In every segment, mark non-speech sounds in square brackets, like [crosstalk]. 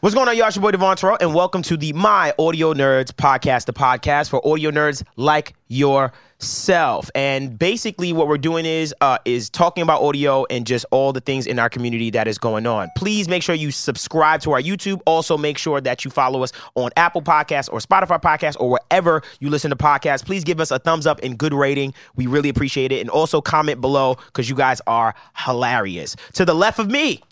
What's going on, y'all? It's your boy Devon Terrell, and welcome to the My Audio Nerds podcast, the podcast for audio nerds like yourself. And basically, what we're doing is uh, is talking about audio and just all the things in our community that is going on. Please make sure you subscribe to our YouTube. Also, make sure that you follow us on Apple Podcasts or Spotify Podcasts or wherever you listen to podcasts. Please give us a thumbs up and good rating. We really appreciate it. And also comment below because you guys are hilarious. To the left of me,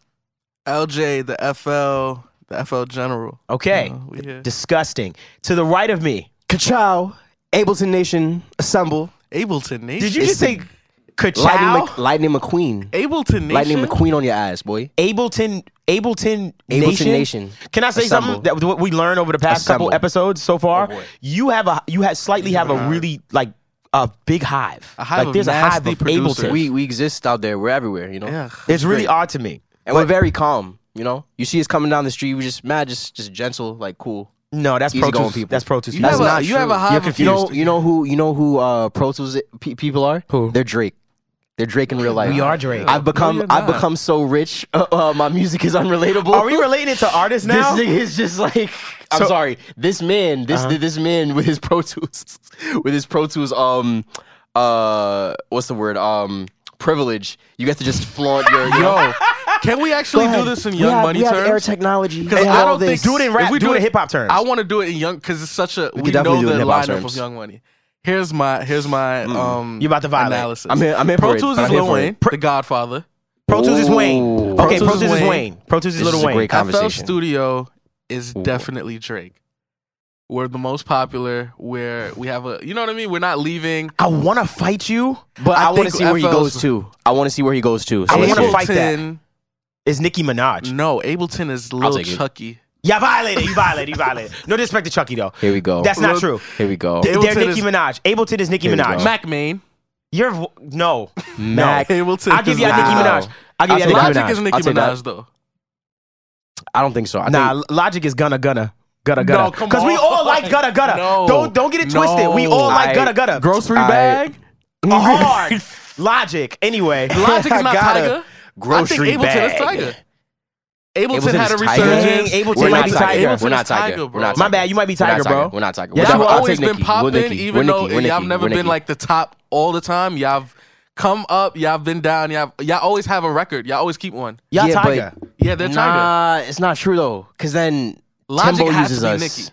LJ, the FL, the FL General. Okay. You know, we here. Disgusting. To the right of me. Kachow, Ableton Nation, assemble. Ableton Nation. Did you just say Lightning, Kachow? Mc, Lightning McQueen. Ableton Nation? Lightning McQueen on your ass, boy. Ableton Ableton Nation? Nation. Can I say Assemble. something that what we learned over the past Assemble. couple episodes so far? Oh, boy. you have a you have slightly have a really like a big hive. A hive like of there's nasty a hive of producers. Ableton. We we exist out there. We're everywhere, you know. Yeah. it's really odd to me. And we're very calm, you know. You see us coming down the street. We just mad, just just gentle, like cool. No, that's Pro Easygoing Tools. people. That's Pro Tools. You people. have a, not you true. have a hive You're of confused. You know, you know who you know who uh, Pro Tools pe- people are. Who? They're Drake. They're Drake in real life. We are Drake. I've become you're I've not. become so rich. [laughs] Uh, uh, my music is unrelatable. Are we relating it to artists now? This nigga is just like I'm So- sorry. This man, this this man with his Pro Tools, [laughs] with his Pro Tools, um, uh, what's the word? Um, privilege. You get to just flaunt your yo. [laughs] Can we actually do this in Young Money terms? technology. Because I don't think do it in rap. If we do, do it in it- hip hop terms. I want to do it in Young because it's such a we, know definitely do it the in lineup hip-hop of terms. Mm. Young Money. Here's my here's my um You're about to violate. analysis. I'm here- I'm here Pro for it. Tools I'm is here Lil for it. Wayne, the Godfather. Pro Tools is Wayne. Ooh. Okay, Pro Pro Tools Tools is is Wayne. Wayne. Pro Tools is This Little is a Wayne. great FL conversation. Studio is definitely Drake. We're the most popular. Where we have a, you know what I mean. We're not leaving. I want to fight you, But I, want think to see where he FL's goes to. I want to see where he goes to. I So wanna let's fight- get- that. Ableton- is Nicki Minaj. No, Ableton is Lil take it. Chucky. Yeah, violated. You violated. You violated. No disrespect to Chucky though. Here we go. That's not Look, true. Here we go. They're Ableton Nicki is- Minaj. Ableton is Nicki Here we go. Minaj. Mac- Mac [laughs] Main. You're v- no. Mac. No. Ableton. I'll give you is a Nicki Wow. Minaj. I'll give you a Nicki I'll take Logic Minaj. is Nicki I'll take that. Minaj [laughs] though. I don't think so. I nah, think, L- Logic is gonna gonna gonna No, gonna. come Because we on. all like gonna gonna. No. Don't don't get it twisted. We all No. like gonna I- gonna. Grocery I- bag. [laughs] [laughs] A hard. Logic. Anyway. [laughs] Logic is I not gotta- Tiger. grocery I think Ableton bag. is Tiger. Ableton, Ableton had a is Tiger. resurgence. Dang, Ableton We're might not be Tiger. Tiger. We're not Tiger, Tiger. bro. We're not My Tiger. bad. You might be We're Tiger, not bro. We're not Tiger. Yeah, We're you I'll always take always been Nicki. We're popping, Nicki. even We're though Nicki. We're y'all Nicki. never We're been Nicki. like the top all the time. Y'all have come up, y'all been down, y'all y'all always have a record. Y'all always keep one. Y'all Yeah, but- Tiger. Yeah, they're Tiger. Nah, it's not true though. Cause then Logic Timbo has to uses be us. Nicki.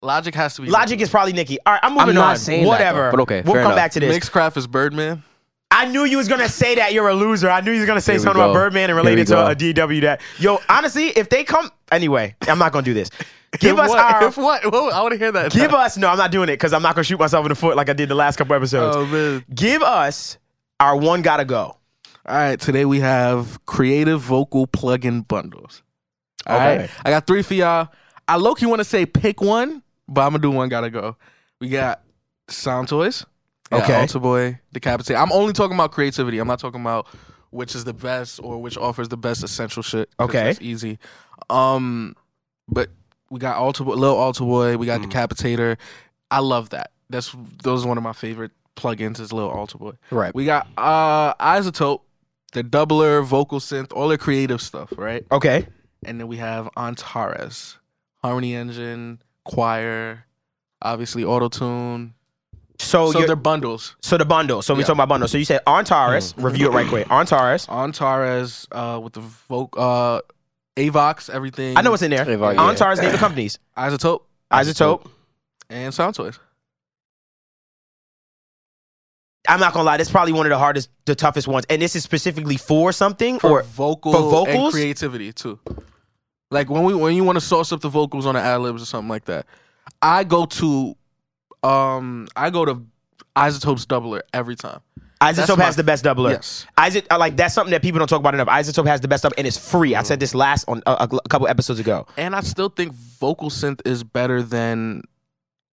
Logic has to be Logic is probably Nicki. All right, I'm moving I'm not on. saying that, Whatever. though, but okay, We'll fair come enough. back to this. Mixcraft is Birdman. I knew you was gonna say that you're a loser. I knew you was gonna say Here we something about go. Birdman and Here we related to go. a DW that. Yo, honestly, if they come anyway, I'm not gonna do this. Give If us what? our If what? Whoa, I want to hear that. give us no, I'm not doing it because I'm not gonna shoot myself in the foot like I did the last couple episodes. Oh, man. give us our one gotta go. All right, today we have creative vocal plug-in bundles. All Okay. right, I got three for y'all. I low key want to say pick one, but I'm gonna do one. Gotta go. We got Sound Toys. we got Okay. Alter Boy, Decapitate. I'm only talking about creativity. I'm not talking about which is the best or which offers the best essential shit. 'cause Okay. that's easy. Um, but we got Alter Boy, Lil Alter Boy. We got Decapitator. I love that. That's those are one of my favorite plugins. Is Lil Alter Boy. Right. We got uh Isotope, the doubler, vocal synth, all the creative stuff, right? Okay. And then we have Antares, harmony engine, choir, obviously autotune. So, so you're- they're bundles. so the bundle. So we Yeah. talking about bundle. So you said Antares. Review it right quick. Antares. Antares uh with the voc uh Avox, everything. I know what's in there. Avoc, yeah. Antares name of companies. Isotope Isotope. and Sound Toys. I'm not gonna lie. This is probably one of the hardest, the toughest ones. And this is specifically for something For or vocal for and vocals? creativity too. Like when we when you want to sauce up the vocals on the ad libs or something like that. I go to um I go to Isotope's doubler every time. That's Isotope my- has the best doubler. Yes. Isaac, I uh, like that's something that people don't talk about enough. Isotope has the best up and it's free. I said this last on uh, a, a- a couple episodes ago. And I still think vocal synth is better than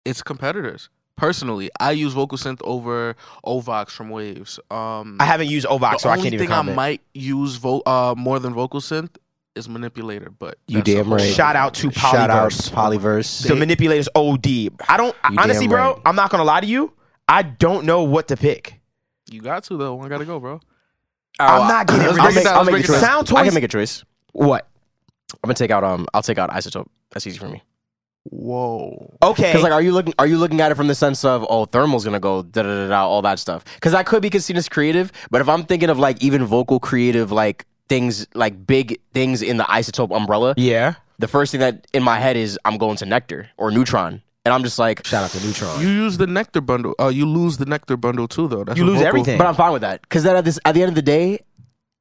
its competitors. Personally, I use vocal synth over Ovox from Waves. Um, I haven't used Ovox, the so I only can't even thing I comment. might use vo- uh, more than vocal synth is manipulator, but You that's a damn whole right. Shout out to Polyverse. Shout out Polyverse. the manipulators OD. I don't I- You honestly, damn bro. right. I'm not gonna lie to you. I don't know what to pick. You got to though. I gotta go, bro. Oh, I'm not getting let's rid break of it I'll make, down, I'll let's make break a it choice. Sound I toys. can make a choice. what? I'm gonna take out um I'll take out isotope. That's easy for me. Whoa. Okay. Because like, are you looking are you looking at it from the sense of oh, thermal's gonna go da da da da all that stuff? Because I could be considered as creative, but if I'm thinking of like even vocal creative like things like big things in the isotope umbrella, yeah. the first thing that in my head is I'm going to Nectar or Neutron, and I'm just like, Shout out to Neutron. You use the nectar bundle. Uh, you lose the nectar bundle too, though. That's You a lose vocal- everything. but I'm fine with that because then at this at the end of the day.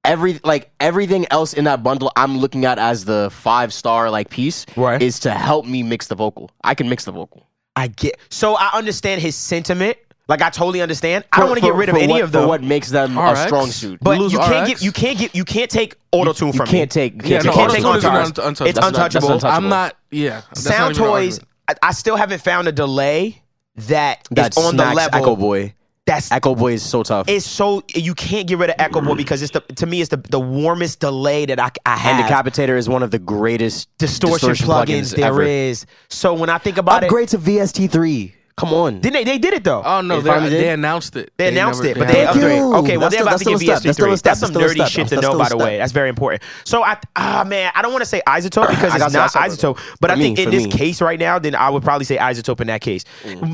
Every like everything else in that bundle, I'm looking at as the five star like piece Right. is to help me mix the vocal. I can mix the vocal. I get. So I understand his sentiment. Like I totally understand. I don't want to get For- rid of for any what- of them. For what makes them RX? a strong suit? but You lose you can't RX? get. You can't get. You can't take auto tune you from can't me. take. You can't Yeah, take no, You can't take autotune is untouched. untouchable. It's That's not- that's untouchable. untouchable. I'm not. Yeah. that's not Sound even an toys. argument. I, I still haven't found a delay that is That's on the level. Echo Boy. That's Echo Boy is so tough. it's so you can't get rid of Echo Boy because it's the to me it's the, the warmest delay that I, I and have. Decapitator is one of the greatest distortion, plugins, there ever. is. So when I think about it, Upgrade to VST3. Come on. then they they did it though. Oh no, They they, finally did? they announced it. They announced never- it, but they haven't. upgrade. Thank you. Okay, well That's they're still- about that's to get still a step. VST That's still three. a step. That's some That's still a nerdy step. shit to That's know, still a by the step. way. That's very important. So I ah man, I don't want to say isotope because I it's got you, not I got you. isotope. But I For think me, in for this me. Mm. case right now, then I would probably say isotope in that case.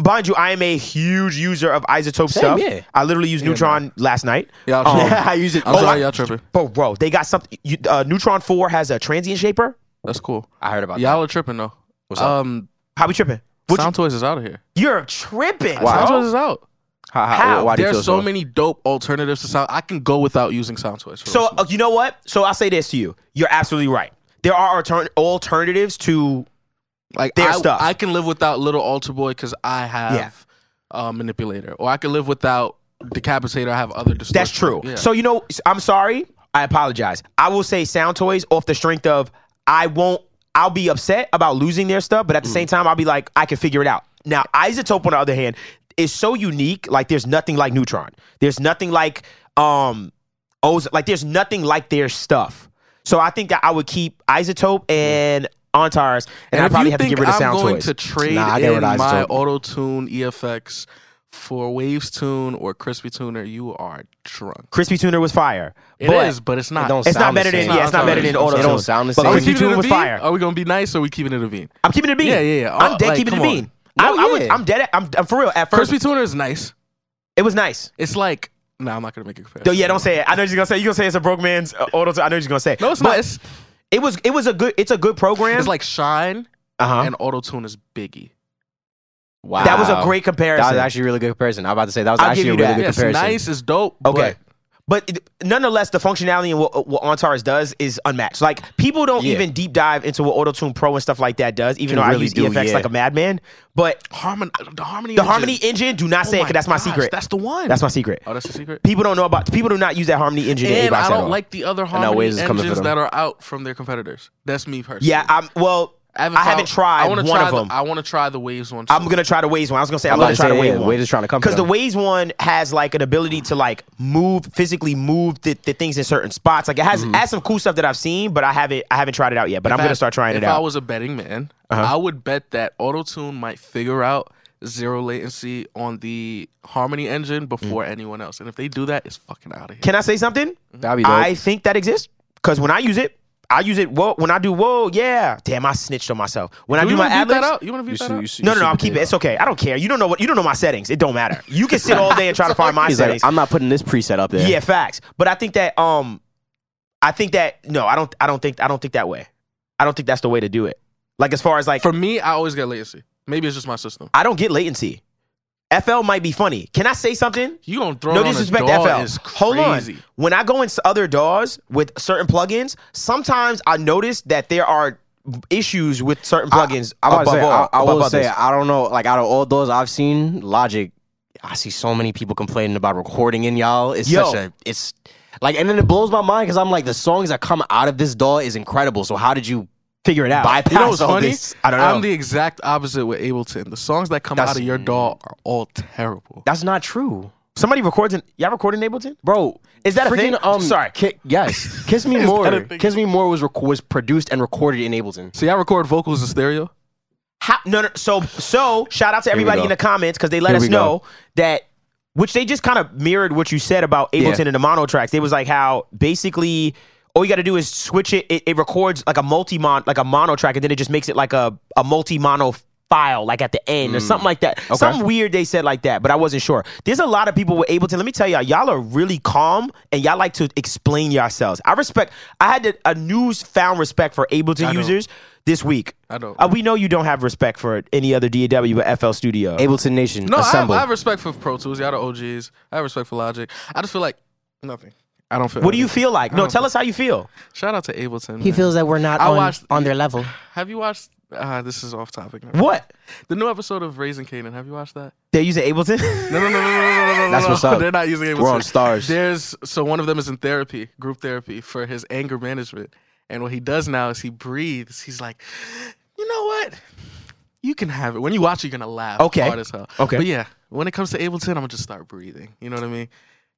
Mind you, I am a huge user of isotope Same, stuff. yeah. I literally used Neutron last night. Yeah, I'll Um, try. [laughs] I use it. I'm Oh, sorry, I- y'all tripping. But bro, they got something. you- Uh, Neutron four has a transient shaper. That's cool. I heard about Y'all are tripping though. What's up? um, How we tripping? What Sound Toys is out of here. you, are tripping. Wow. Sound bro. Toys is out. that. How, How? Why do you There's feel so many dope alternatives to sound. I can go without using Sound Toys. for So this one. uh, you know what? So I'll say this to you. You're absolutely right. There are altern- alternatives to like their I, stuff. I can live without Little Alter Boy because I have Yeah. uh, Manipulator, or I can live without Decapitator. I have other distortion. That's true. Yeah. So you know, s- I'm sorry. I apologize. I will say Sound Toys off the strength of I won't. I'll be upset about losing their stuff, Mm. but at the same time, I'll be like, I can figure it out. Now, Isotope, on the other hand, is so unique. Like, there's nothing like Neutron. There's nothing like um, Oz. Like, there's nothing like their stuff. So I think that I would keep Isotope and Ontars, and, I Mm. if probably you have to get think rid of I'm Sound going Toys. to trade Nah, I get in rid of my Isotope. auto tune EFX for Waves Tune or Crispy Tuner. You are drunk. Crispy Tuner was fire. It is, but but it's not. don't It's not sound the better than same. yeah. It's not Sound better than Toys. Auto. They don't sound the But same. Are we Crispy keeping it Tuner a was bean? fire. Are we gonna be nice or are we keeping it a bean? I'm keeping it a bean. Yeah, yeah, yeah. I'm Uh, dead like, keeping it a come on. bean. I, No, I was, yeah. I'm dead. At, I'm, I'm for real. At first, Crispy Tuner is nice. it was nice. It's like no, nah, I'm not gonna make a comparison. Though, yeah, don't say it. I know you're gonna say you're gonna say it's a broke man's uh, auto. I know you're gonna say No, it's But not. It's, It was it was a good. It's a good program. it's like Shine uh-huh. and Auto Tune is Biggie. Wow. that was a great That comparison. was actually a really good comparison. I was about to say that was I'll give actually a you really that. good Yeah, it's comparison. nice. It's dope. Okay. but- But it- nonetheless, the functionality and what, what OnTars does is unmatched. Like people don't Yeah. even deep dive into what AutoTune Pro and stuff like that does. Even Can though I really use do, EFX yeah. like a madman, but Harmon, the harmony, the Harmony Engine, do Oh not say it because that's my secret. That's, That's the one. my secret. oh, that's the secret. People don't know about. People do not use that Harmony Engine. in And Xbox I at don't all. like the other now harmony Wiz is coming for engines them. that are out from their competitors. That's me personally. Yeah, I'm. Well, I haven't, found- tried I one wanna of try the- them. I want to try the waves one. I'm gonna try the waves one. I was gonna say I'm, I'm about gonna to try the say, wave yeah, one. Wade is trying to come for because the them. waves one has like an ability to like move physically, move the, the things in certain spots. Like it has has some cool stuff that I've seen, but I haven't I haven't tried it out yet. But I'm gonna start trying if it I out. Uh-huh. was a betting man, I would bet that AutoTune might figure out zero latency on the harmony engine before anyone else. And if they do that, it's fucking out of here. Mm. Can I say something? That'd be dope. I think that exists because when I use it, I use it. Whoa, when I do whoa, yeah, damn, I snitched on myself. When I do you my want to beat ad that out? You want to You beat that see- out? you see- No, no, you no. see I'll what keep they it. It's okay. I don't care. You don't know what. You don't know my settings. It don't matter. You can sit all day and try to find my He's like, settings. I'm not putting this preset up there. Yeah, facts. But I think that um, I think that no, I don't. I don't think. I don't think that way. I don't think that's the way to do it. Like as far as like, For me, I always get latency. Maybe it's just my system. I don't get latency. FL might be funny. Can I say something? You gonna throw No it on disrespect a door to is FL. Hold on. crazy. When I go into other DAWs with certain plugins, sometimes I notice that there are issues with certain plugins I'm about above to say, all. I, I above will say, others. I don't know. Like out of all those I've seen, Logic, I see so many people complaining about recording in y'all. It's Yo. such a, it's like, and then it blows my mind because I'm like, the songs that come out of this doll is incredible. So how did you figure it out. bypass You know what's all funny? this? I don't I'm know. the exact opposite with Ableton. The songs that come out of your DAW mm. are all terrible. That's not true, Somebody records in y'all recording Ableton? bro. Is that a freaking, thing? Um, Sorry. Ki- yes, [laughs] "Kiss Me Is that a More." thing? "Kiss Me More" was rec- was produced and recorded in Ableton. See, I record vocals in stereo. How, no, no. So, so shout out to everybody go. in the comments because they let Here us we go. know that, which they just kind of mirrored what you said about Ableton and the mono tracks. They was like how basically all you got to do is switch it. It, it records like a multi mon, like a mono track, and then it just makes it like a a multi mono file, like at the end Hmm. or something like that. Something weird they said like that, but I wasn't sure. There's a lot of people with Ableton. Let me tell y'all, y'all are really calm and y'all like to explain yourselves. I respect. I had to, a newfound respect for Ableton users this week. I don't. Uh, we know you don't have respect for any other DAW but FL Studio. Ableton Nation, No, I have, assemble. I have respect for Pro Tools. Y'all the OGs. I have respect for Logic. I just feel like nothing. I don't feel. what do you anything. feel like? No, tell us how you feel. Shout out to Ableton. He man. feels that we're not I on, watched- on their level. Have you watched? Uh, this is off topic. Now. What? The new episode of Raising Canaan. Have you watched that? They're using Ableton? [laughs] No, no, no, no, no, no, no, no. That's no. what's up. They're not using Ableton. We're on stars. There's so one of them is in therapy, group therapy for his anger management. And what he does now is he breathes. He's like, you know what? You can have it. When you watch, you're gonna laugh. Okay. Hard as hell. Okay. But yeah, when it comes to Ableton, I'm gonna just start breathing. You know what I mean?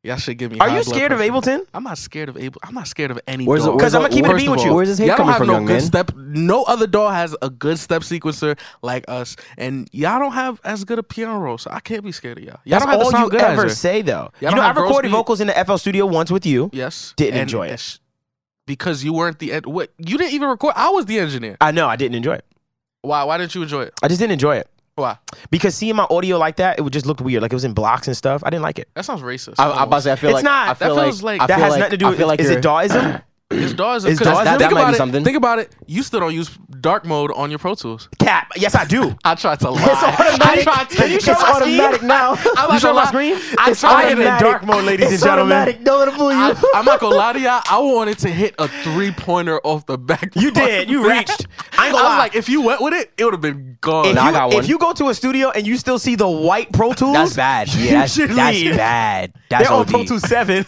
Y'all should give me. Are high you blood scared of pressure. Ableton? I'm not scared of Ableton. I'm not scared of any. Where's the- dog. Because I'm gonna keep it a First bean of with all, you. Where's his hate Y'all don't coming have from, no young good man? step. No other doll has a good step sequencer like us, and y'all don't have as good a piano roll. So I can't be scared of y'all. Y'all That's don't have the all you sound good ever say, though. Y'all you don't know, I have girls recorded beat- vocals in the FL studio once with you. Yes, Didn't and enjoy it. that's- because you weren't the ed- what you didn't even record. I was the engineer. I know I didn't enjoy it. Why? Why didn't you enjoy it? I just didn't enjoy it Why? because seeing my audio like that, it would just looked weird. Like it was in blocks and stuff. I didn't like it. That sounds racist. I, I, about to say, I feel It's like not. I That feel feels like- I That feel has like- nothing to do I with. feel like is it you're- Dawism? It's dogs. It's because dogs? Think That might be about it. something. Think about it. You still don't use dark mode on your Pro Tools. Cap. Yes, I do. I tried to lie. automatic. Can you show it's my automatic screen? now. I'm You not show my gonna lie. screen? I It's I tried am to in lie. dark mode, ladies and it's gentlemen. automatic. Don't let it fool you. [laughs] I, am not gonna lie to y'all. I wanted to hit a three pointer off the [laughs] back. You did. You reached. I ain't I gonna was lie. like, if you went with it, it would have been gone. if, Nah, I you, got one. if you go to a studio and you still see the white Pro Tools, That's bad. You Yeah, that's, should that's leave. [laughs] bad. That's They're on OD. Pro Tools Seven.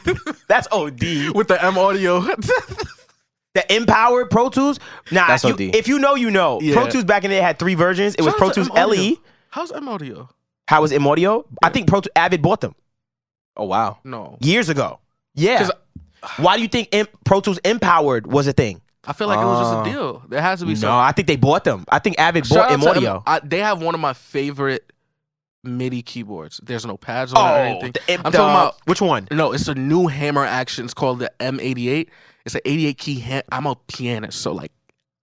That's OD. [laughs] with the M audio. [laughs] The empowered Pro Tools. Nah, That's you- OD. if you know, you know. Yeah. Pro Tools back in the day had three versions. It was Pro Tools E? LE. How's M audio? How was M Audio? I think Pro Tools Avid bought them Oh wow. No. years ago. Yeah. Why do you think em- Pro Tools Empowered was a thing? I feel like it was just a deal. There has to be No, some. I think they bought them. I think Avid Shout bought out Uh, M to Audio. I- they have one of my favorite MIDI keyboards. There's no pads on it or anything. Oh, the Imp- I'm talking uh, about which one? No, it's a new hammer action. It's called the M88. It's an 88 key. Ha- I'm a pianist, so like,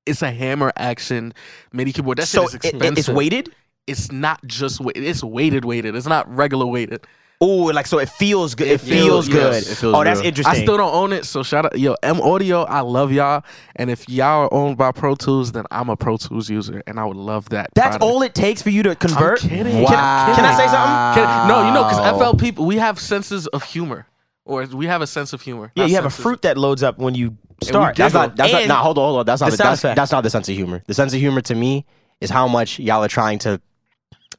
it's a hammer action MIDI keyboard. That so shit is it- it- expensive. it's weighted. It's not just weighted. It's weighted weighted. It's not regular weighted. Oh, like so it feels good. It, feels, feels- good. yes, it feels oh, that's real. interesting. I still don't own it, so shout out yo M Audio. I love y'all, and if y'all are owned by Pro Tools, then I'm a Pro Tools user, and I would love that. that's product. all it takes for you to convert. kidding. Can- Wow. Can, I say something? Can- no, you know, because FL people, we have senses of humor, or we have a sense of humor. Yeah, not you have a senses. fruit that loads up when you start. That's not. That's And- not. Nah, hold on, hold on. That's not. The The sound that's, effect. that's not the sense of humor. The sense of humor to me is how much y'all are trying to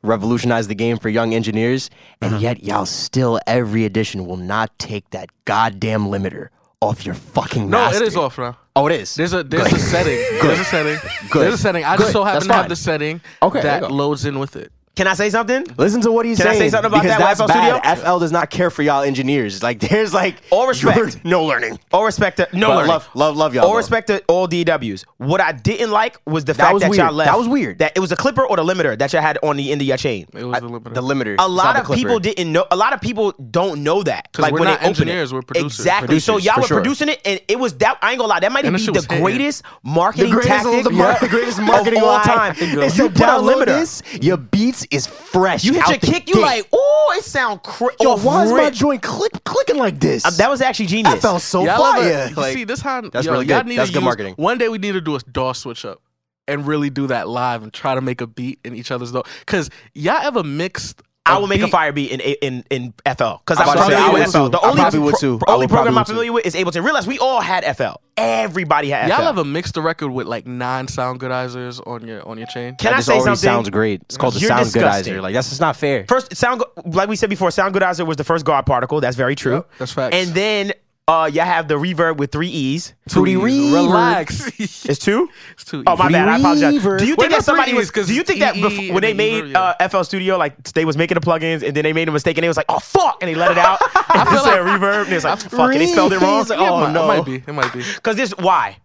revolutionize the game for young engineers, and Uh-huh. yet y'all still every edition will not take that goddamn limiter off your fucking. No, master. it is off now. Oh, it is. There's a there's a [laughs] setting. There's a setting. Good. There's a setting. I just Good. so That's happen to have fine. the setting Okay, there you that go. loads in with it. Can I say something? Listen to what he's Can I say saying. something about because that that's YFL studio? bad. FL does not care for y'all engineers. Like there's like All respect. you're- [laughs] No learning. All respect to no But learning. love- love- love y'all, All though. respect to all DWs. What I didn't like was the fact was that y'all weird. left. That was weird. That it was a clipper or the limiter that y'all had on the end of your chain. It was the limiter. The limiter. A It's lot not of the people clipper. didn't know. A lot of people don't know that. 'Cause we're when not they open it. engineers, we're producers. Exactly. so Producers, y'all for were sure. producing it, and it was that. I ain't gonna lie. That might And be that shit was the hitting. greatest marketing the greatest, tactic. the, mar- Yeah. the [laughs] greatest marketing of all lie. time. If you you put a download limiter. this, your beats is fresh. you hit out your the kick. You gate. like, ooh, it sound crazy. yo, why is my joint click clicking like this? Uh, That was actually oh, Uh, that genius. felt so Y'all fire. ever- Like, you see this how that's yo, really y'all good. need to That's good use- marketing. One day we need to do a DAW switch up and really do that live and try to make a beat in each other's DAW. Cause y'all ever mixed? I will make a beat- fire beat in in in FL because I'm about to say, I familiar would with FL. too. The I only probably would too. pro- I only would probably program I'm would too. familiar with is Ableton. Realize we all had FL. Everybody had FL. Y'all ever mixed a record with like non sound goodizers on your on your chain? Can I this say already something? sounds great. It's called the You're sound disgusting. goodizer. Like that's just not fair. First, sound go- like we said before, sound goodizer was the first guard particle. That's very true. Yep, that's facts. And then uh, you have the reverb with three E's. Fruity Reverb. Relax. It's two. It's too Oh my easy. bad, I apologize. Reverb. Do you Wait, think no, that somebody three was? E's, 'cause Do you think that EE before, when and they then reverb, made yeah. uh, FL Studio, like they was making the plugins and then they made a mistake and they was like, oh fuck, and they let it [laughs] out. and it said reverb and it was like, fuck, it, they spelled it wrong. Reverb. Yeah, it Oh, might- no. It might be. It might be. Because this why?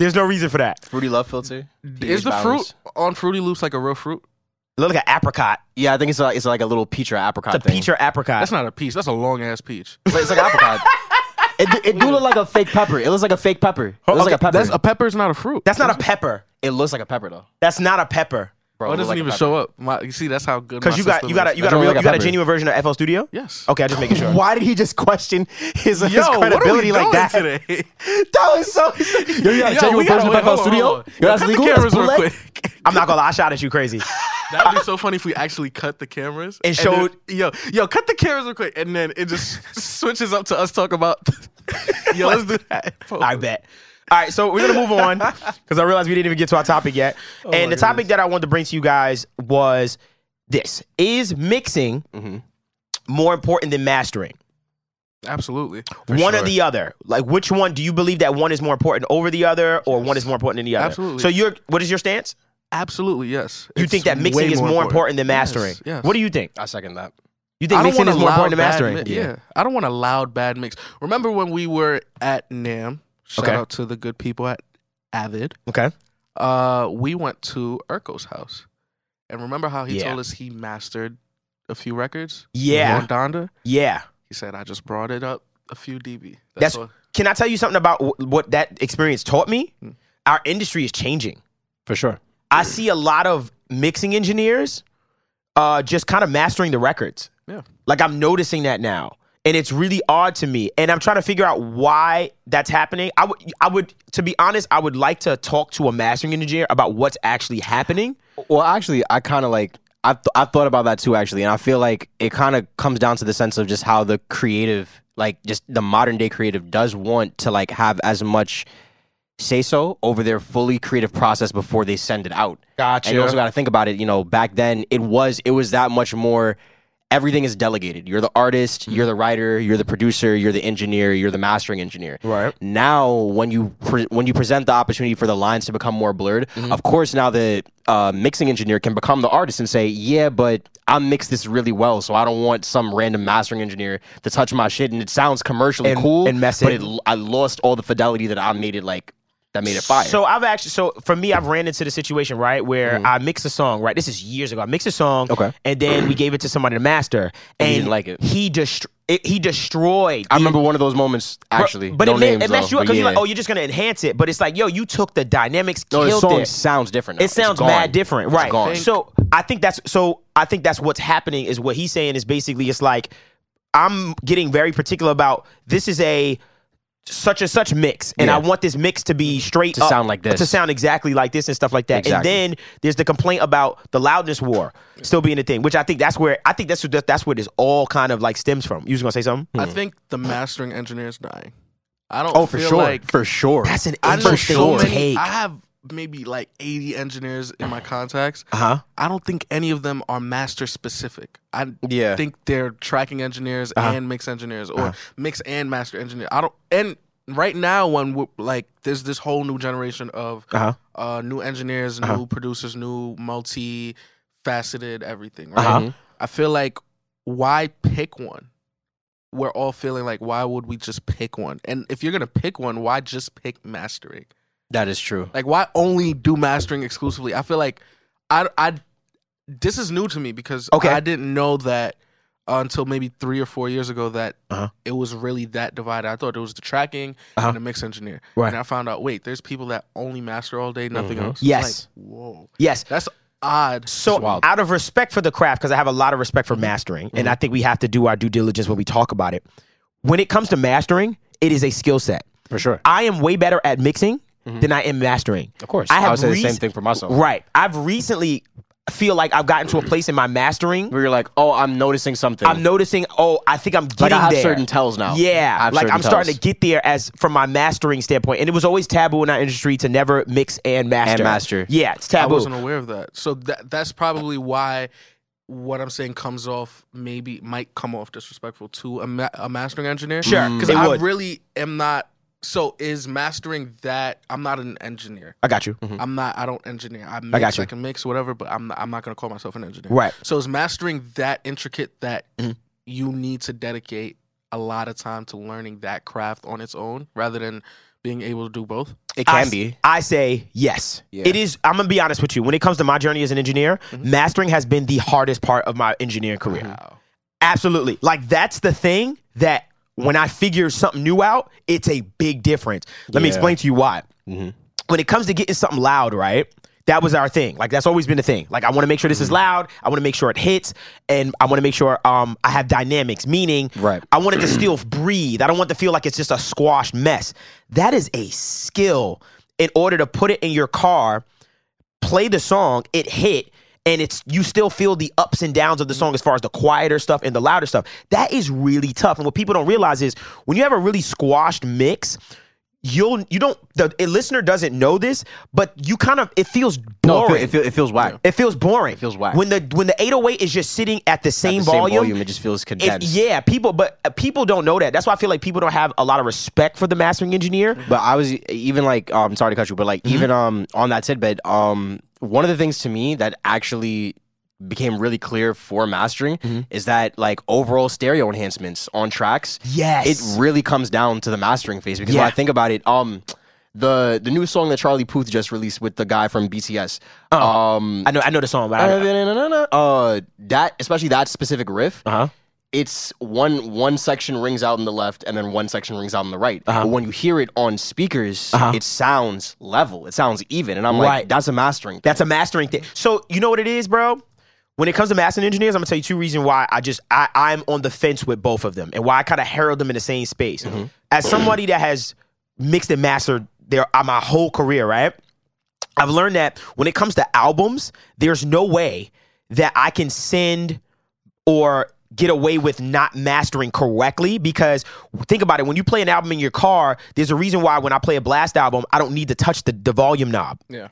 There's no reason for that. [laughs] Fruity Love Filter. Is the fruit on Fruity Loops like a real fruit? Look like an apricot. Yeah, I think it's like it's like a little peach or apricot It's a thing. peach or apricot. That's not a peach. That's a long ass peach. But it's like an apricot. [laughs] It, it do look like a fake pepper. It looks like a fake pepper. It looks like a pepper. That's a pepper's not a fruit. That's not a pepper. it looks like a pepper though. That's not a pepper. Bro, Well, it doesn't looks like a even pepper. show up. My, you see, that's how good. Because my you got system you got a, is. you got a That don't real, look like you got a pepper. genuine version of FL Studio. Yes. Okay, I'm just making [laughs] sure. Why did he just question his, his Yo, what are we credibility like doing that? today? That was [laughs] so. Yo, you got a Yo, genuine we gotta- version wait, of FL hold on, Studio? hold on. Yo, that's Cut legal? The That's cameras real bootleg? quick. [laughs] I'm not gonna lie, I shot at you crazy. That'd be so funny if we actually cut the cameras And then- showed- yo, yo, cut the cameras real quick, and then [laughs] it just switches up to us talk about. [laughs] yo, let's do [laughs] that. I bet. All right, so we're gonna move on because I realized we didn't even get to our topic yet. Oh and the topic that I wanted to bring to you guys was this: Is mixing Mm-hmm. more important than mastering? Absolutely. one or the other. Like, which one do you believe that one is more important over the other, or one is more important than the other? Absolutely. So, your what is your stance? Absolutely, yes. You think that mixing is more important, than mastering? Yes. yes. What do you think? I second that. You think I don't mixing want is a more loud, important than bad mastering? mi- yeah. I don't want a loud bad mix. Remember when we were at Nam? Shout Okay. out to the good people at Avid. Okay. Uh, we went to Urko's house, and remember how he Yeah. told us he mastered a few records. Yeah. on Donda. Yeah. He said, "I just brought it up a few dB." That's- all. Can I tell you something about wh- what that experience taught me? Our industry is changing. For sure. I see a lot of mixing engineers uh, just kind of mastering the records. yeah. Like I'm noticing that now, and it's really odd to me. And I'm trying to figure out why that's happening. I would, I would, to be honest, I would like to talk to a mastering engineer about what's actually happening. Well, actually, I kind of like I th- I thought about that too actually, and I feel like it kind of comes down to the sense of just how the creative, like just the modern day creative, does want to like have as much say so over their fully creative process before they send it out. Gotcha. And you also got to think about it. You know, back then it was it was that much more. Everything is delegated. You're the artist, you're the writer, you're the producer, you're the engineer, you're the mastering engineer. Right. Now, when you pre- when you present the opportunity for the lines to become more blurred, Mm-hmm. of course, now the uh, mixing engineer can become the artist and say, "Yeah, but I mixed this really well, so I don't want some random mastering engineer to touch my shit, and it sounds commercially And- cool and mess but it. I lost all the fidelity that I made it like that made it fire." Mm-hmm. So I've actually, so for me, I've ran into the situation right where I mix a song. Right, this is years ago. I mixed a song, Okay. and then we gave it to somebody to master, And and he didn't like it. He dest- it, he destroyed. I remember one of those moments actually. but no it, ma- names, it messed though, you up but because you're like, yeah. oh, you're just gonna enhance it. But it's like, yo, you took the dynamics, No, the killed song it. sounds different. now. It It's sounds gone. mad different, It's right? gone. So I think that's so. I think that's what's happening is what he's saying is basically it's like I'm getting very particular about this is a such and such mix, and Yeah. I want this mix to be straight To up- sound like this. to sound exactly like this and stuff like that. Exactly. And then there's the complaint about the loudness war still being a thing, which I think that's where I think that's what that's where this all kind of like stems from. You was gonna say something? Hmm. I think the mastering engineer's dying. I don't. oh, for feel sure, Like, for sure. That's an I know interesting so many. take. I have maybe like eighty engineers in my contacts. huh. I don't think any of them are master specific. I Yeah. think they're tracking engineers Uh-huh. and mix engineers, or mix and master engineer. I don't. And right now, when we're, like there's this whole new generation of Uh-huh. uh, new engineers, new producers, new multi-faceted everything. Right. Uh-huh. I feel like why pick one? We're all feeling like why would we just pick one? And if you're gonna pick one, why just pick mastering? that is true. Like, why only do mastering exclusively? I feel like I, I this is new to me because Okay. I didn't know that until maybe three or four years ago that Uh-huh. it was really that divided. I thought it was the tracking and the mix engineer, Right. Mm-hmm. and I found out wait, there's people that only master all day, nothing else. It's Yes. like, whoa, Yes. that's odd. So, wild. Mm-hmm. out of respect for the craft, because I have a lot of respect for mastering, and I think we have to do our due diligence when we talk about it. When it comes to mastering, it is a skill set. For sure. Mm-hmm. I am way better at mixing than I am mastering. Of course. I I have would say the reason- same thing for myself. Right. I've recently feel like I've gotten to a place in my mastering. Where you're like, oh, I'm noticing something. I'm noticing. Oh, I think I'm getting like I have there. certain tells now. Yeah, I have like certain I'm starting tells. to get there as from my mastering standpoint, and it was always taboo in our industry to never mix and master. master. Yeah, it's I taboo. wasn't aware of that. So that that's probably why what I'm saying comes off maybe might come off disrespectful to a, ma- a mastering engineer. Sure, because it I would. really am not. So is mastering that? I'm not an engineer. I got you. Mm-hmm. I'm not. I don't engineer. I mix. Hmm. got I, you. can mix whatever, but I'm. Not, I'm not gonna call myself an engineer. Right. Mm-hmm. So is mastering that intricate that you need to dedicate a lot of time to learning that craft on its own rather than being able to do both. It I can s- be. I say yes. Yeah. Mm-hmm. It is. I'm gonna be honest with you. When it comes to my journey as an engineer, mastering has been the hardest part of my engineering career. Absolutely. Like that's the thing that when I figure something new out, it's a big difference. Let me Yeah. Mm-hmm. explain to you why. When it comes to getting something loud, right? That was our thing. Like that's always been the thing. Like I want to make sure this Mm-hmm. is loud. I want to make sure it hits, and I want to make sure um, I have dynamics. Meaning, Right. I want it to still [clears throat] breathe. I don't want to feel like it's just a squashed mess. That is a skill. In order to put it in your car, play the song, it hit, and it's you still feel the ups and downs of the song as far as the quieter stuff and the louder stuff. That is really tough. And what people don't realize is when you have a really squashed mix, you'll you don't the a listener doesn't know this, but you kind of it feels No, it, boring. feel- it, feel- it feels whack. It feels boring. It feels whack. When the when the 808 is just sitting at the same, The same volume, It just feels it- condensed. yeah, people, but uh, people don't know that. That's why I feel like people don't have a lot of respect for the mastering engineer. But I was even like, um, sorry to cut you, but like even um on that tidbit, um, one of the things to me that actually became really clear for mastering is that like overall stereo enhancements on tracks. Yes. it really comes down to the mastering phase because Yeah. when I think about it, um, the the new song that Charlie Puth just released with the guy from BTS, um, I know, I know the song, but I, uh, that especially that specific riff, uh-huh. it's one one section rings out in the left and then one section rings out in the right. But when you hear it on speakers, it sounds level. It sounds even. And I'm Right. like, that's a mastering. thing. That's a mastering thing. So you know what it is, bro. When it comes to mastering engineers, I'm gonna tell you two reasons why I just I, I'm on the fence with both of them and why I kind of herald them in the same space. As somebody that has mixed and mastered their uh, my whole career, right? I've learned that when it comes to albums, there's no way that I can send or get away with not mastering correctly because think about it when you play an album in your car there's a reason why when i play a blast album i don't need to touch the, the volume knob Yeah.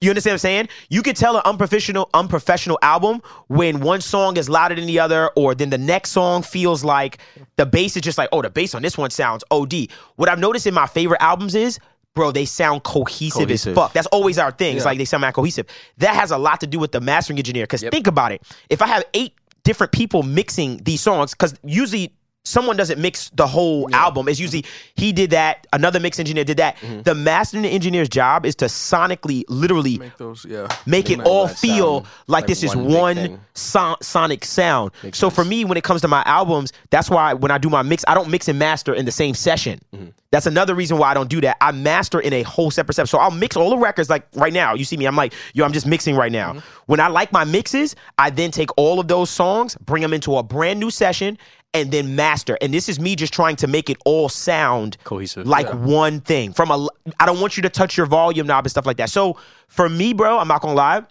you understand what I'm saying? You could tell an unprofessional, unprofessional album when one song is louder than the other, or then the next song feels like the bass is just like, oh, the bass on this one sounds OD. What I've noticed in my favorite albums is, bro, they sound cohesive, as Cohesive. fuck. That's always our thing. It's like they sound cohesive. That has a lot to do with the mastering engineer. Because think about it. If I have eight different people mixing these songs, because usually someone doesn't mix the whole album. It's usually he did that, another mix engineer did that. The mastering engineer's job is to sonically, literally Make those, yeah. make it all that feel sound like Mm-hmm. like this is one big one thing. son- sonic sound. so for me, when it comes to my albums, that's why when I do my mix, I don't mix and master in the same session. Mm-hmm. That's another reason why I don't do that. I master in a whole separate step. So I'll mix all the records like right now. You see me? I'm like, yo, I'm just mixing right now. Mm-hmm. When I like my mixes, I then take all of those songs, bring them into a brand new session. And then master, and this is me just trying to make it all sound Cohesive. like one thing. From a, l- I don't want you to touch your volume knob and stuff like that. So for me, bro, I'm not gonna lie.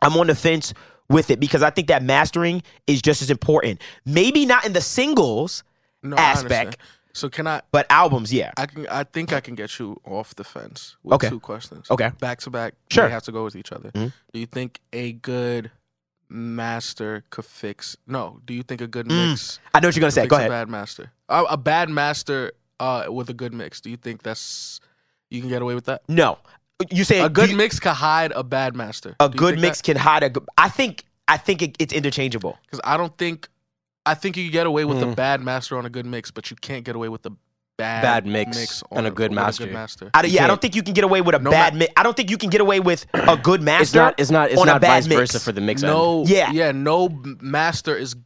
I'm on the fence with it because I think that mastering is just as important. Maybe not in the singles No, I aspect, understand. So can I? but albums, yeah. I can. I think I can get you off the fence with Okay. two questions. Okay. Back to back. Sure. Mm-hmm. They have to go with each other. Do you think a good master could fix? No. Do you think a good mix? I know what you're gonna Mm. say. fix Go a ahead. bad master. A, a bad master uh, with a good mix. Do you think that's you can get away with that? No, you say A good you, mix could hide a bad master. Eh, a good mix can hide a. good- I think I think it, it's interchangeable. because I don't think I think you can get away with Mm. a bad master on a good mix, but you can't get away with a bad Bad mix and a good with master. master. I, don't- yeah, I can't- don't think you can get away with a No bad ma- mix. I don't think you can get away with a good master. It's not. It's not. It's on not a bad vice mix. versa for the mix. end. no, Yeah. yeah, yeah, no m- master is g-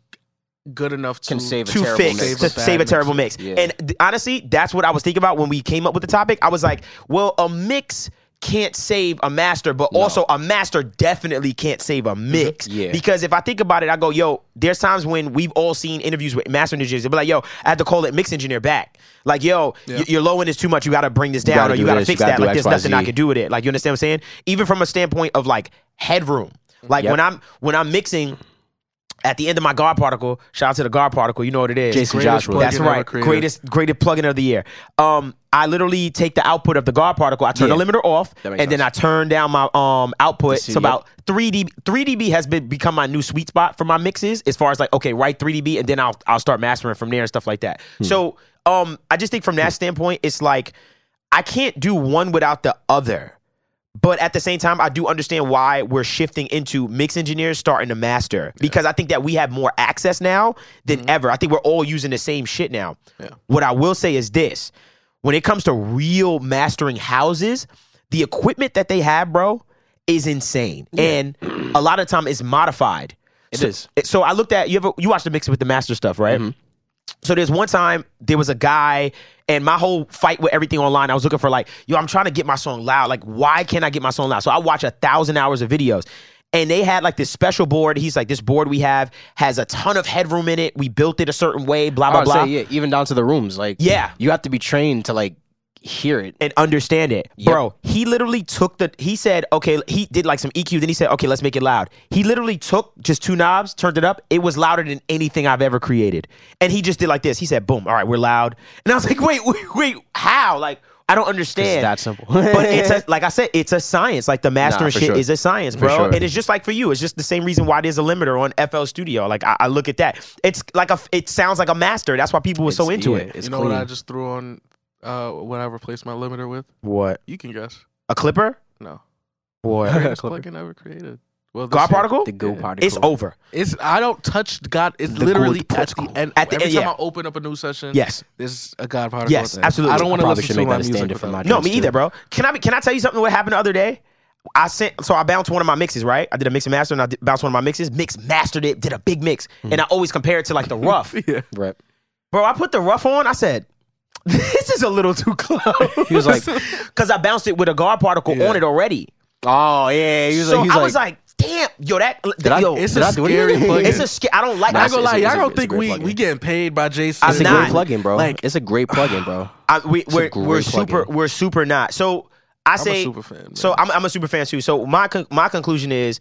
good enough to Can save a to terrible fix mix. to Save a save a bad terrible mix. Yeah. And th- honestly, that's what I was thinking about when we came up with the topic. I was like, well, a mix can't save a master, but also a master definitely can't save a mix. Mm-hmm. Yeah. Because if I think about it, I go, yo, there's times when we've all seen interviews with master engineers. They'll be like, yo, I had to call it mix engineer back. Like, yo, y- your low end is too much. You got to bring this down gotta or you do got to this, you fix gotta that. do Like, there's X, Y, nothing I Z. can do with it. Like, you understand what I'm saying? Even from a standpoint of like headroom. Like Yep. when I'm when I'm mixing at the end of my guard particle, shout out to the guard particle. You know what it is. Jason Greatest Joshua. plug That's in ever right. created. Greatest greatest plugin of the year. Um, I literally take the output of the guard particle. I turn Yeah. the limiter off, That and makes then I sense. turn down my um output see, to about three dB. Three dB has been become my new sweet spot for my mixes. As far as like, okay, write three dB, and then I'll I'll start mastering from there and stuff like that. Hmm. So, um, I just think from that standpoint, it's like I can't do one without the other. But at the same time, I do understand why we're shifting into mix engineers starting to master because I think that we have more access now than Mm-hmm. ever. I think we're all using the same shit now. What I will say is this when it comes to real mastering houses, the equipment that they have, bro, is insane. And a lot of time it's modified. It It is. so, is. Mm-hmm. So I looked at you ever you watched the mix with the master stuff, right? So there's one time there was a guy, and my whole fight with everything online, I was looking for like, yo, I'm trying to get my song loud. Like, why can't I get my song loud? So I watch a thousand hours of videos. And they had like this special board. He's like, this board we have has a ton of headroom in it. We built it a certain way, blah, I blah, would blah. say, Oh, yeah, even down to the rooms. Like, Yeah. you have to be trained to like hear it. and understand it. Yep. Bro, he literally took the he said, okay, he did like some EQ, then he said, okay, let's make it loud. He literally took just two knobs, turned it up. It was louder than anything I've ever created. And he just did like this. He said, boom, all right, we're loud. And I was like, [laughs] wait, wait, wait, how? Like, I don't understand. that [laughs] simple. but it's a, like I said, it's a science. Like the master Nah, of for shit sure. is a science, bro. sure. And it's just like for you. It's just the same reason why there's a limiter on FL Studio. Like I, I look at that. It's like a it sounds like a master. That's why people were so into yeah, it. It's you know clean. what I just threw on uh, what I replaced my limiter with? What? You can guess. A clipper? No. [laughs] What? Greatest plugin ever created. Well, this God year. particle? the go Yeah. particle. It's over. It's I don't touch God. It's The literally God at the particle. end. At the every end, time yeah. I open up a new session, Yes. there's a God particle. Yes, at the end. absolutely. I don't want I to probably listen should to make my that a music standard for without my it. job. No, me Yes, either, too. bro. Can I? Be, can I tell you something? What happened the other day? I sent so I bounced one of my mixes, right? I did a mix and master, and I did, bounced one of my mixes. Mix mastered it, did a big mix, Hmm. and I always compare it to like [laughs] the rough, [laughs] Yeah. Right. bro. I put the rough on. I said, [laughs] this is a little too close. [laughs] He [laughs] was like, because I bounced it with a guard particle Yeah. on it already. oh yeah. He was so like, he was I like, was like, damn, yo, that did I, yo, It's it's did a I do scary [laughs] anything? plugin. it's a sca- I don't like. I Nah, ain't gonna it's- lie, it's a- y'all it's a- don't it's a think great we plugin. we getting paid by Jason. I'm It's a not. great plugin, bro. Like- it's a great plugin, bro. I, we, we're great we're super plugin. we're super not. So I I'm say a super fan. So I'm, I'm a super fan too. So my con- my conclusion is,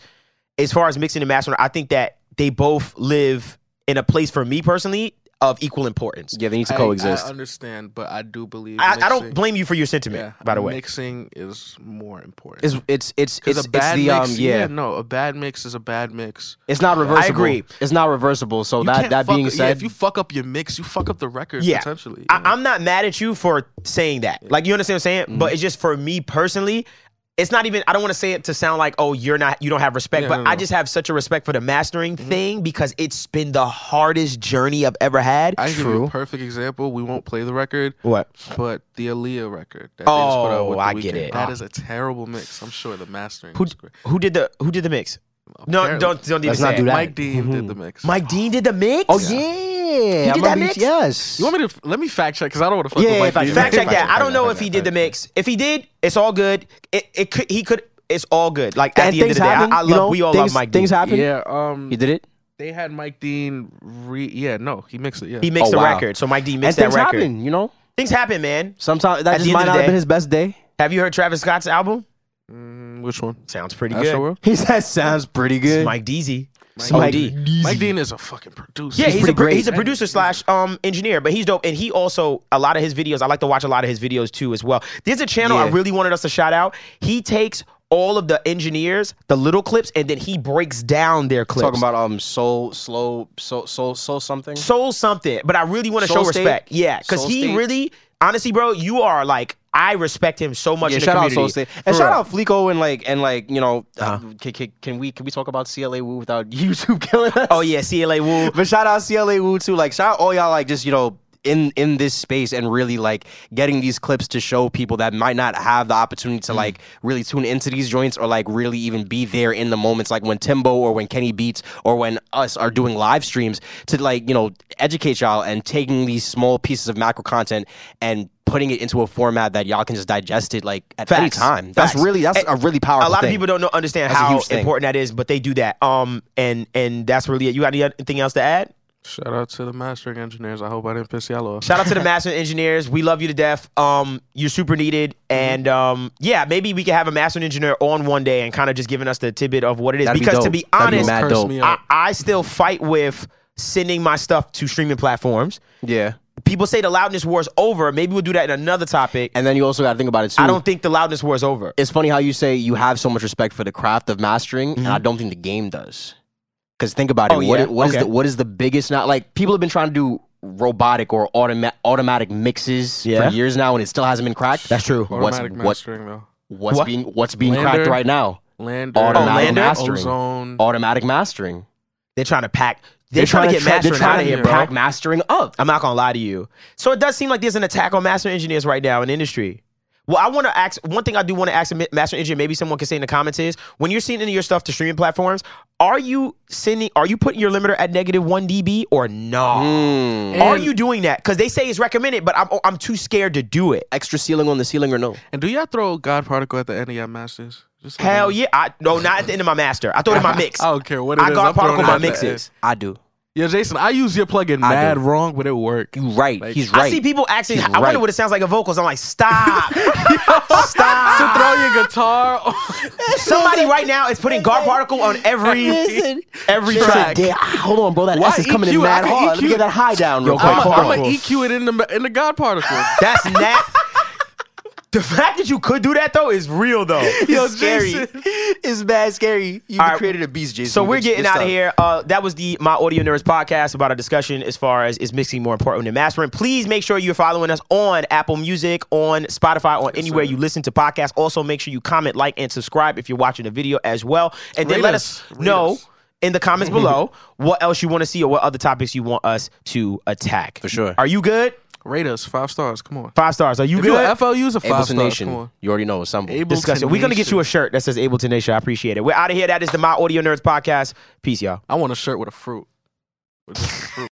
as far as mixing and mastering, I think that they both live in a place for me personally of equal importance. [sighs] Yeah, they need to I, coexist. I understand, but I do believe. I, I mixing- don't blame you for your sentiment, Yeah, by the way. mixing is more important. it's it's it's it's, Because it's a bad the um mix, yeah. no, a bad mix is a bad mix. It's not reversible. agree. It's not reversible. So You that can't that fuck- being yeah, said, if you fuck up your mix, you fuck up the record Yeah. potentially. I, I'm not mad at you for saying that. Like you understand what I'm saying, Mm-hmm. but it's just for me personally. It's not even. I don't want to say it to sound like, oh, you're not, you don't have respect. Yeah, but no, no, Mm-hmm. I no. just have such a respect for the mastering thing because it's been the hardest journey I've ever had. I can give you a perfect example. We won't play the record, what? but the Aaliyah record. That Oh, The I Weeknd, get it. That is a terrible mix. I'm sure the mastering. Who was great. who did the who did the mix? No, Apparently- don't don't even Let's say not it. do that. Mike Dean did the mix. Mike Dean did the mix. oh yeah, You I did that remember mix? Yes. you want me to let me fact check because I don't want to fuck Yeah, yeah, with Mike fact Dean. Fact Yeah, check that. yeah, I don't know yeah, if he yeah, did the mix. If he did, it's all good. It it could he could. It's all good. Like at And the end of things the day, happen. I, I love. you know, we all love things, Mike Things Dean. happen. Yeah, um, You did it. they had Mike Dean. Re- yeah, no, he mixed it. Yeah, He mixed the Oh, wow. record, so Mike Dean And mixed things that record. happen. You know, Things happen, man. sometimes At that the just end of might the not have day- been his best day. Have you heard Travis Scott's album? Mm, which one? Sounds pretty Astro good. World. [laughs] He that sounds pretty It's good. Mike Deezy. Mike Mike Dean. Oh, D. Mike Dean is a fucking producer. Yeah, he's, pretty a, pro- great. he's a producer slash um engineer, but he's dope. And he also a lot of his videos. I like to watch a lot of his videos too as well. There's a channel I Yeah. really wanted us to shout out. He takes all of the engineers, the little clips, and then he breaks down their clips. Talking about um soul slow soul soul soul something. soul something, but I really want to show Soul State? respect. Yeah, because Soul he State? really, honestly, bro, you are like I respect him so much. yeah, in the shout out community. Soul State and For shout real. out Fleeko and like and like you know uh can, can, can we can we talk about CLA Woo without [laughs] YouTube killing us? Oh yeah, CLA Woo. [laughs] But shout out CLA Woo too. Like shout out all y'all like just you know in in this space and really like getting these clips to show people that might not have the opportunity Mm. to like really tune into these joints or like really even be there in the moments like when Timbo or when Kenny Beats or when us are doing live streams to like you know educate y'all and taking these small pieces of macro content and putting it into a format that y'all can just digest it like at any Facts. time. Facts. That's really that's And a really powerful. A lot thing. of people don't know understand That's a how huge thing. important that is, but they do that. Um, and and that's really it. You got anything else to add? Shout out to the mastering engineers. I hope I didn't piss y'all off. Shout [laughs] out to the master engineers. We love you to death. Um, you're super needed, Mm-hmm. and um, yeah, maybe we can have a master engineer on one day and kind of just giving us the tidbit of what it is. That'd be because to dope. be That'd be honest, mad Curse dope. me I, out. I still fight with sending my stuff to streaming platforms. yeah. People say the loudness war is over. Maybe we'll do that in another topic. And then you also got to think about it too. I don't think the loudness war is over. it's funny how you say you have so much respect for the craft of mastering, and I don't think the game does. Because think about it. Mm-hmm. Oh, yeah? What i- what is Okay. the, what is the biggest now? Like people have been trying to do robotic or automa- automatic mixes Yeah. for years now, and it still hasn't been cracked. That's true. What's Automatic what, mastering though. what's What? being what's being Lander? cracked right now? Lander, Automatic Lander? mastering. ozone. Automatic mastering. They're trying to pack. They're, trying, to get tra- mastering they're trying out of to here, bro. pack mastering up. I'm not gonna lie to you. So it does seem like there's an attack on master engineers right now in the industry. Well, I want to ask one thing. I do want to ask a ma- master engineer. Maybe someone can say in the comments is when you're sending your stuff to streaming platforms, are you sending? Are you putting your limiter at negative one dB or not? Are Mm. And- you doing that? Because they say it's recommended, but I'm I'm too scared to do it. Extra ceiling on the ceiling or no? And do y'all throw God Particle at the end of y'all masters? Just like- Hell yeah! I no, not at the end of my master. I throw [laughs] it in my mix. I don't care what Oh, it I is, got I'm throwing particle it my at the mixes. I do. Yeah, Jason, I use your plugin I mad do. wrong, but it worked. You right. Like- He's right. [laughs] I see people asking. I right. wonder what it sounds like in vocals. I'm like, stop, To stop. throw your guitar. Somebody right now is putting guard particle on every every track. Damn, hold on, bro. That Why S is coming in EQ? mad I E can hard. Let me EQ. get that high down [laughs] real quick. I'm a- Hold I'm on. gonna EQ E it in the in the God Particle. That's not. The fact that you could do that though is real though. It's Jason. it's mad scary. You All right. created a beast, Jason. So we're It's- getting it's out of tough. here. Uh, that was the My Audio Nerds podcast about our discussion as far as is mixing more important than mastering. Please make sure you're following us on Apple Music, on Spotify, on anywhere you listen to podcasts. Also, make sure you comment, like, and subscribe if you're watching the video as well. And then Rate let us, us. Rate know us. in the [laughs] comments below what else you want to see or what other topics you want us to attack. For sure. Are you good? Rate us five stars. Come on. Five stars. Are you If good? you're a FLU's a five Ableton stars. Nation. Come on. You already know assemble. Ableton Discussion. We're gonna get you a Nation. shirt that says Ableton Nation. I appreciate it. We're out of here. That is the My Audio Nerds podcast. Peace, y'all. I want a shirt with a fruit. With just a fruit.